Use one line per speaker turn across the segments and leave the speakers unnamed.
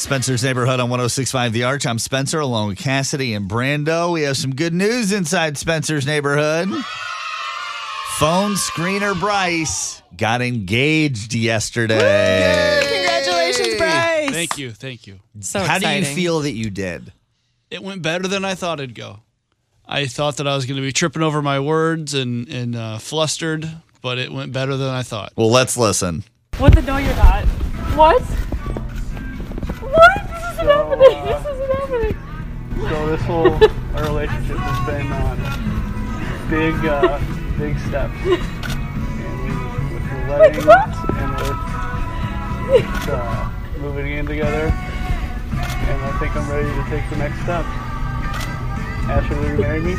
Spencer's Neighborhood on 1065 The Arch. I'm Spencer along with Cassidy and Brando. We have some good news inside Spencer's Neighborhood. Phone screener Bryce got engaged yesterday.
Congratulations, Bryce.
Thank you, thank you.
So
How
exciting.
do you feel that you did?
It went better than I thought it'd go. I thought that I was going to be tripping over my words and and uh, flustered, but it went better than I thought.
Well, let's listen.
What the? No, you're not. What? What? This isn't happening. this isn't happening.
So this whole our relationship has been on big, uh, big steps. And we, with the wedding
what?
and with uh, moving in together, and I think I'm ready to take the next step. Ashley, will you marry me?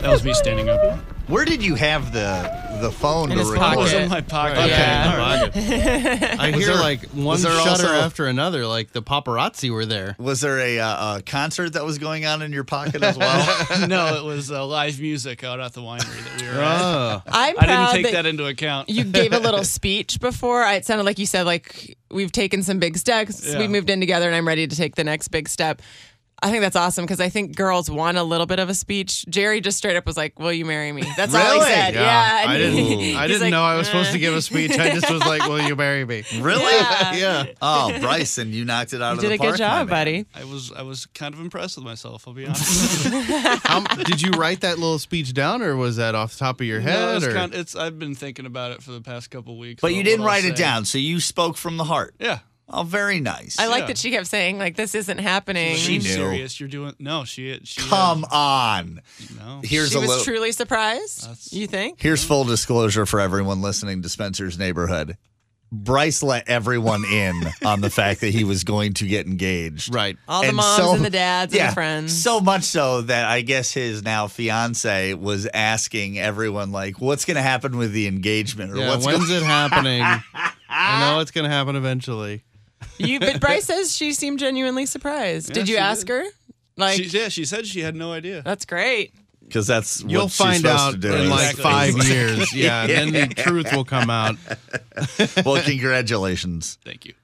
That was me standing up.
Where did you have the the phone
In
to
his
record?
pocket.
It was in my pocket.
Right.
Yeah.
I hear like one
was there
shutter
also-
after another. Like the paparazzi were there.
Was there a, uh, a concert that was going on in your pocket as well?
no, it was uh, live music out at the winery that we were at.
Oh,
I'm
I
proud
didn't take
that,
that into account.
you gave a little speech before. I- It sounded like you said, like, we've taken some big steps.
Yeah.
We moved in together and I'm ready to take the next big step. I think that's awesome because I think girls want a little bit of a speech. Jerry just straight up was like, Will you marry me? That's all he
Really?
said. Yeah.
I
And
didn't.
he-
I
he's
didn't
like,
know I was
"Uh."
supposed to give a speech. I just was like, "Will you marry me?"
really?
Yeah.
yeah.
Oh, Bryson, you knocked it out
You
of
did
the
a
park.
good
my
job,
man.
buddy.
I was I was kind of impressed with myself. I'll be honest.
How, Um, did you write that little speech down, or was that off the top of your
No,
head?
it's
or
kind it's. I've been thinking about it for the past couple weeks.
But
about
you
what
didn't
I'll
write it
say.
down, so you spoke from the heart.
Yeah.
Oh, very nice.
I like
Yeah.
that she kept saying, like, this isn't happening.
She
Are you
knew.
serious. You're doing no. She. she
Come on.
No.
Here's
She
a
was
little.
truly surprised, you think?
Here's full disclosure for everyone listening to Spencer's Neighborhood. Bryce let everyone in on the fact that he was going to get engaged.
Right.
All the
And
moms
so-
and the dads and the friends.
So much so that I guess his now fiance was asking everyone, like, what's going to happen with the engagement or
Yeah,
what's
when's
going
it happening? I know it's gonna happen eventually.
you, but Bryce says she seemed genuinely surprised. did you
she
ask her? Like,
She, yeah, she said she had no idea.
that's great.
Because that's
You'll
what she's
find
supposed
out
to
in
do. is-
like
Exactly.
five years. Yeah, and then the truth will come out.
well, congratulations.
Thank you.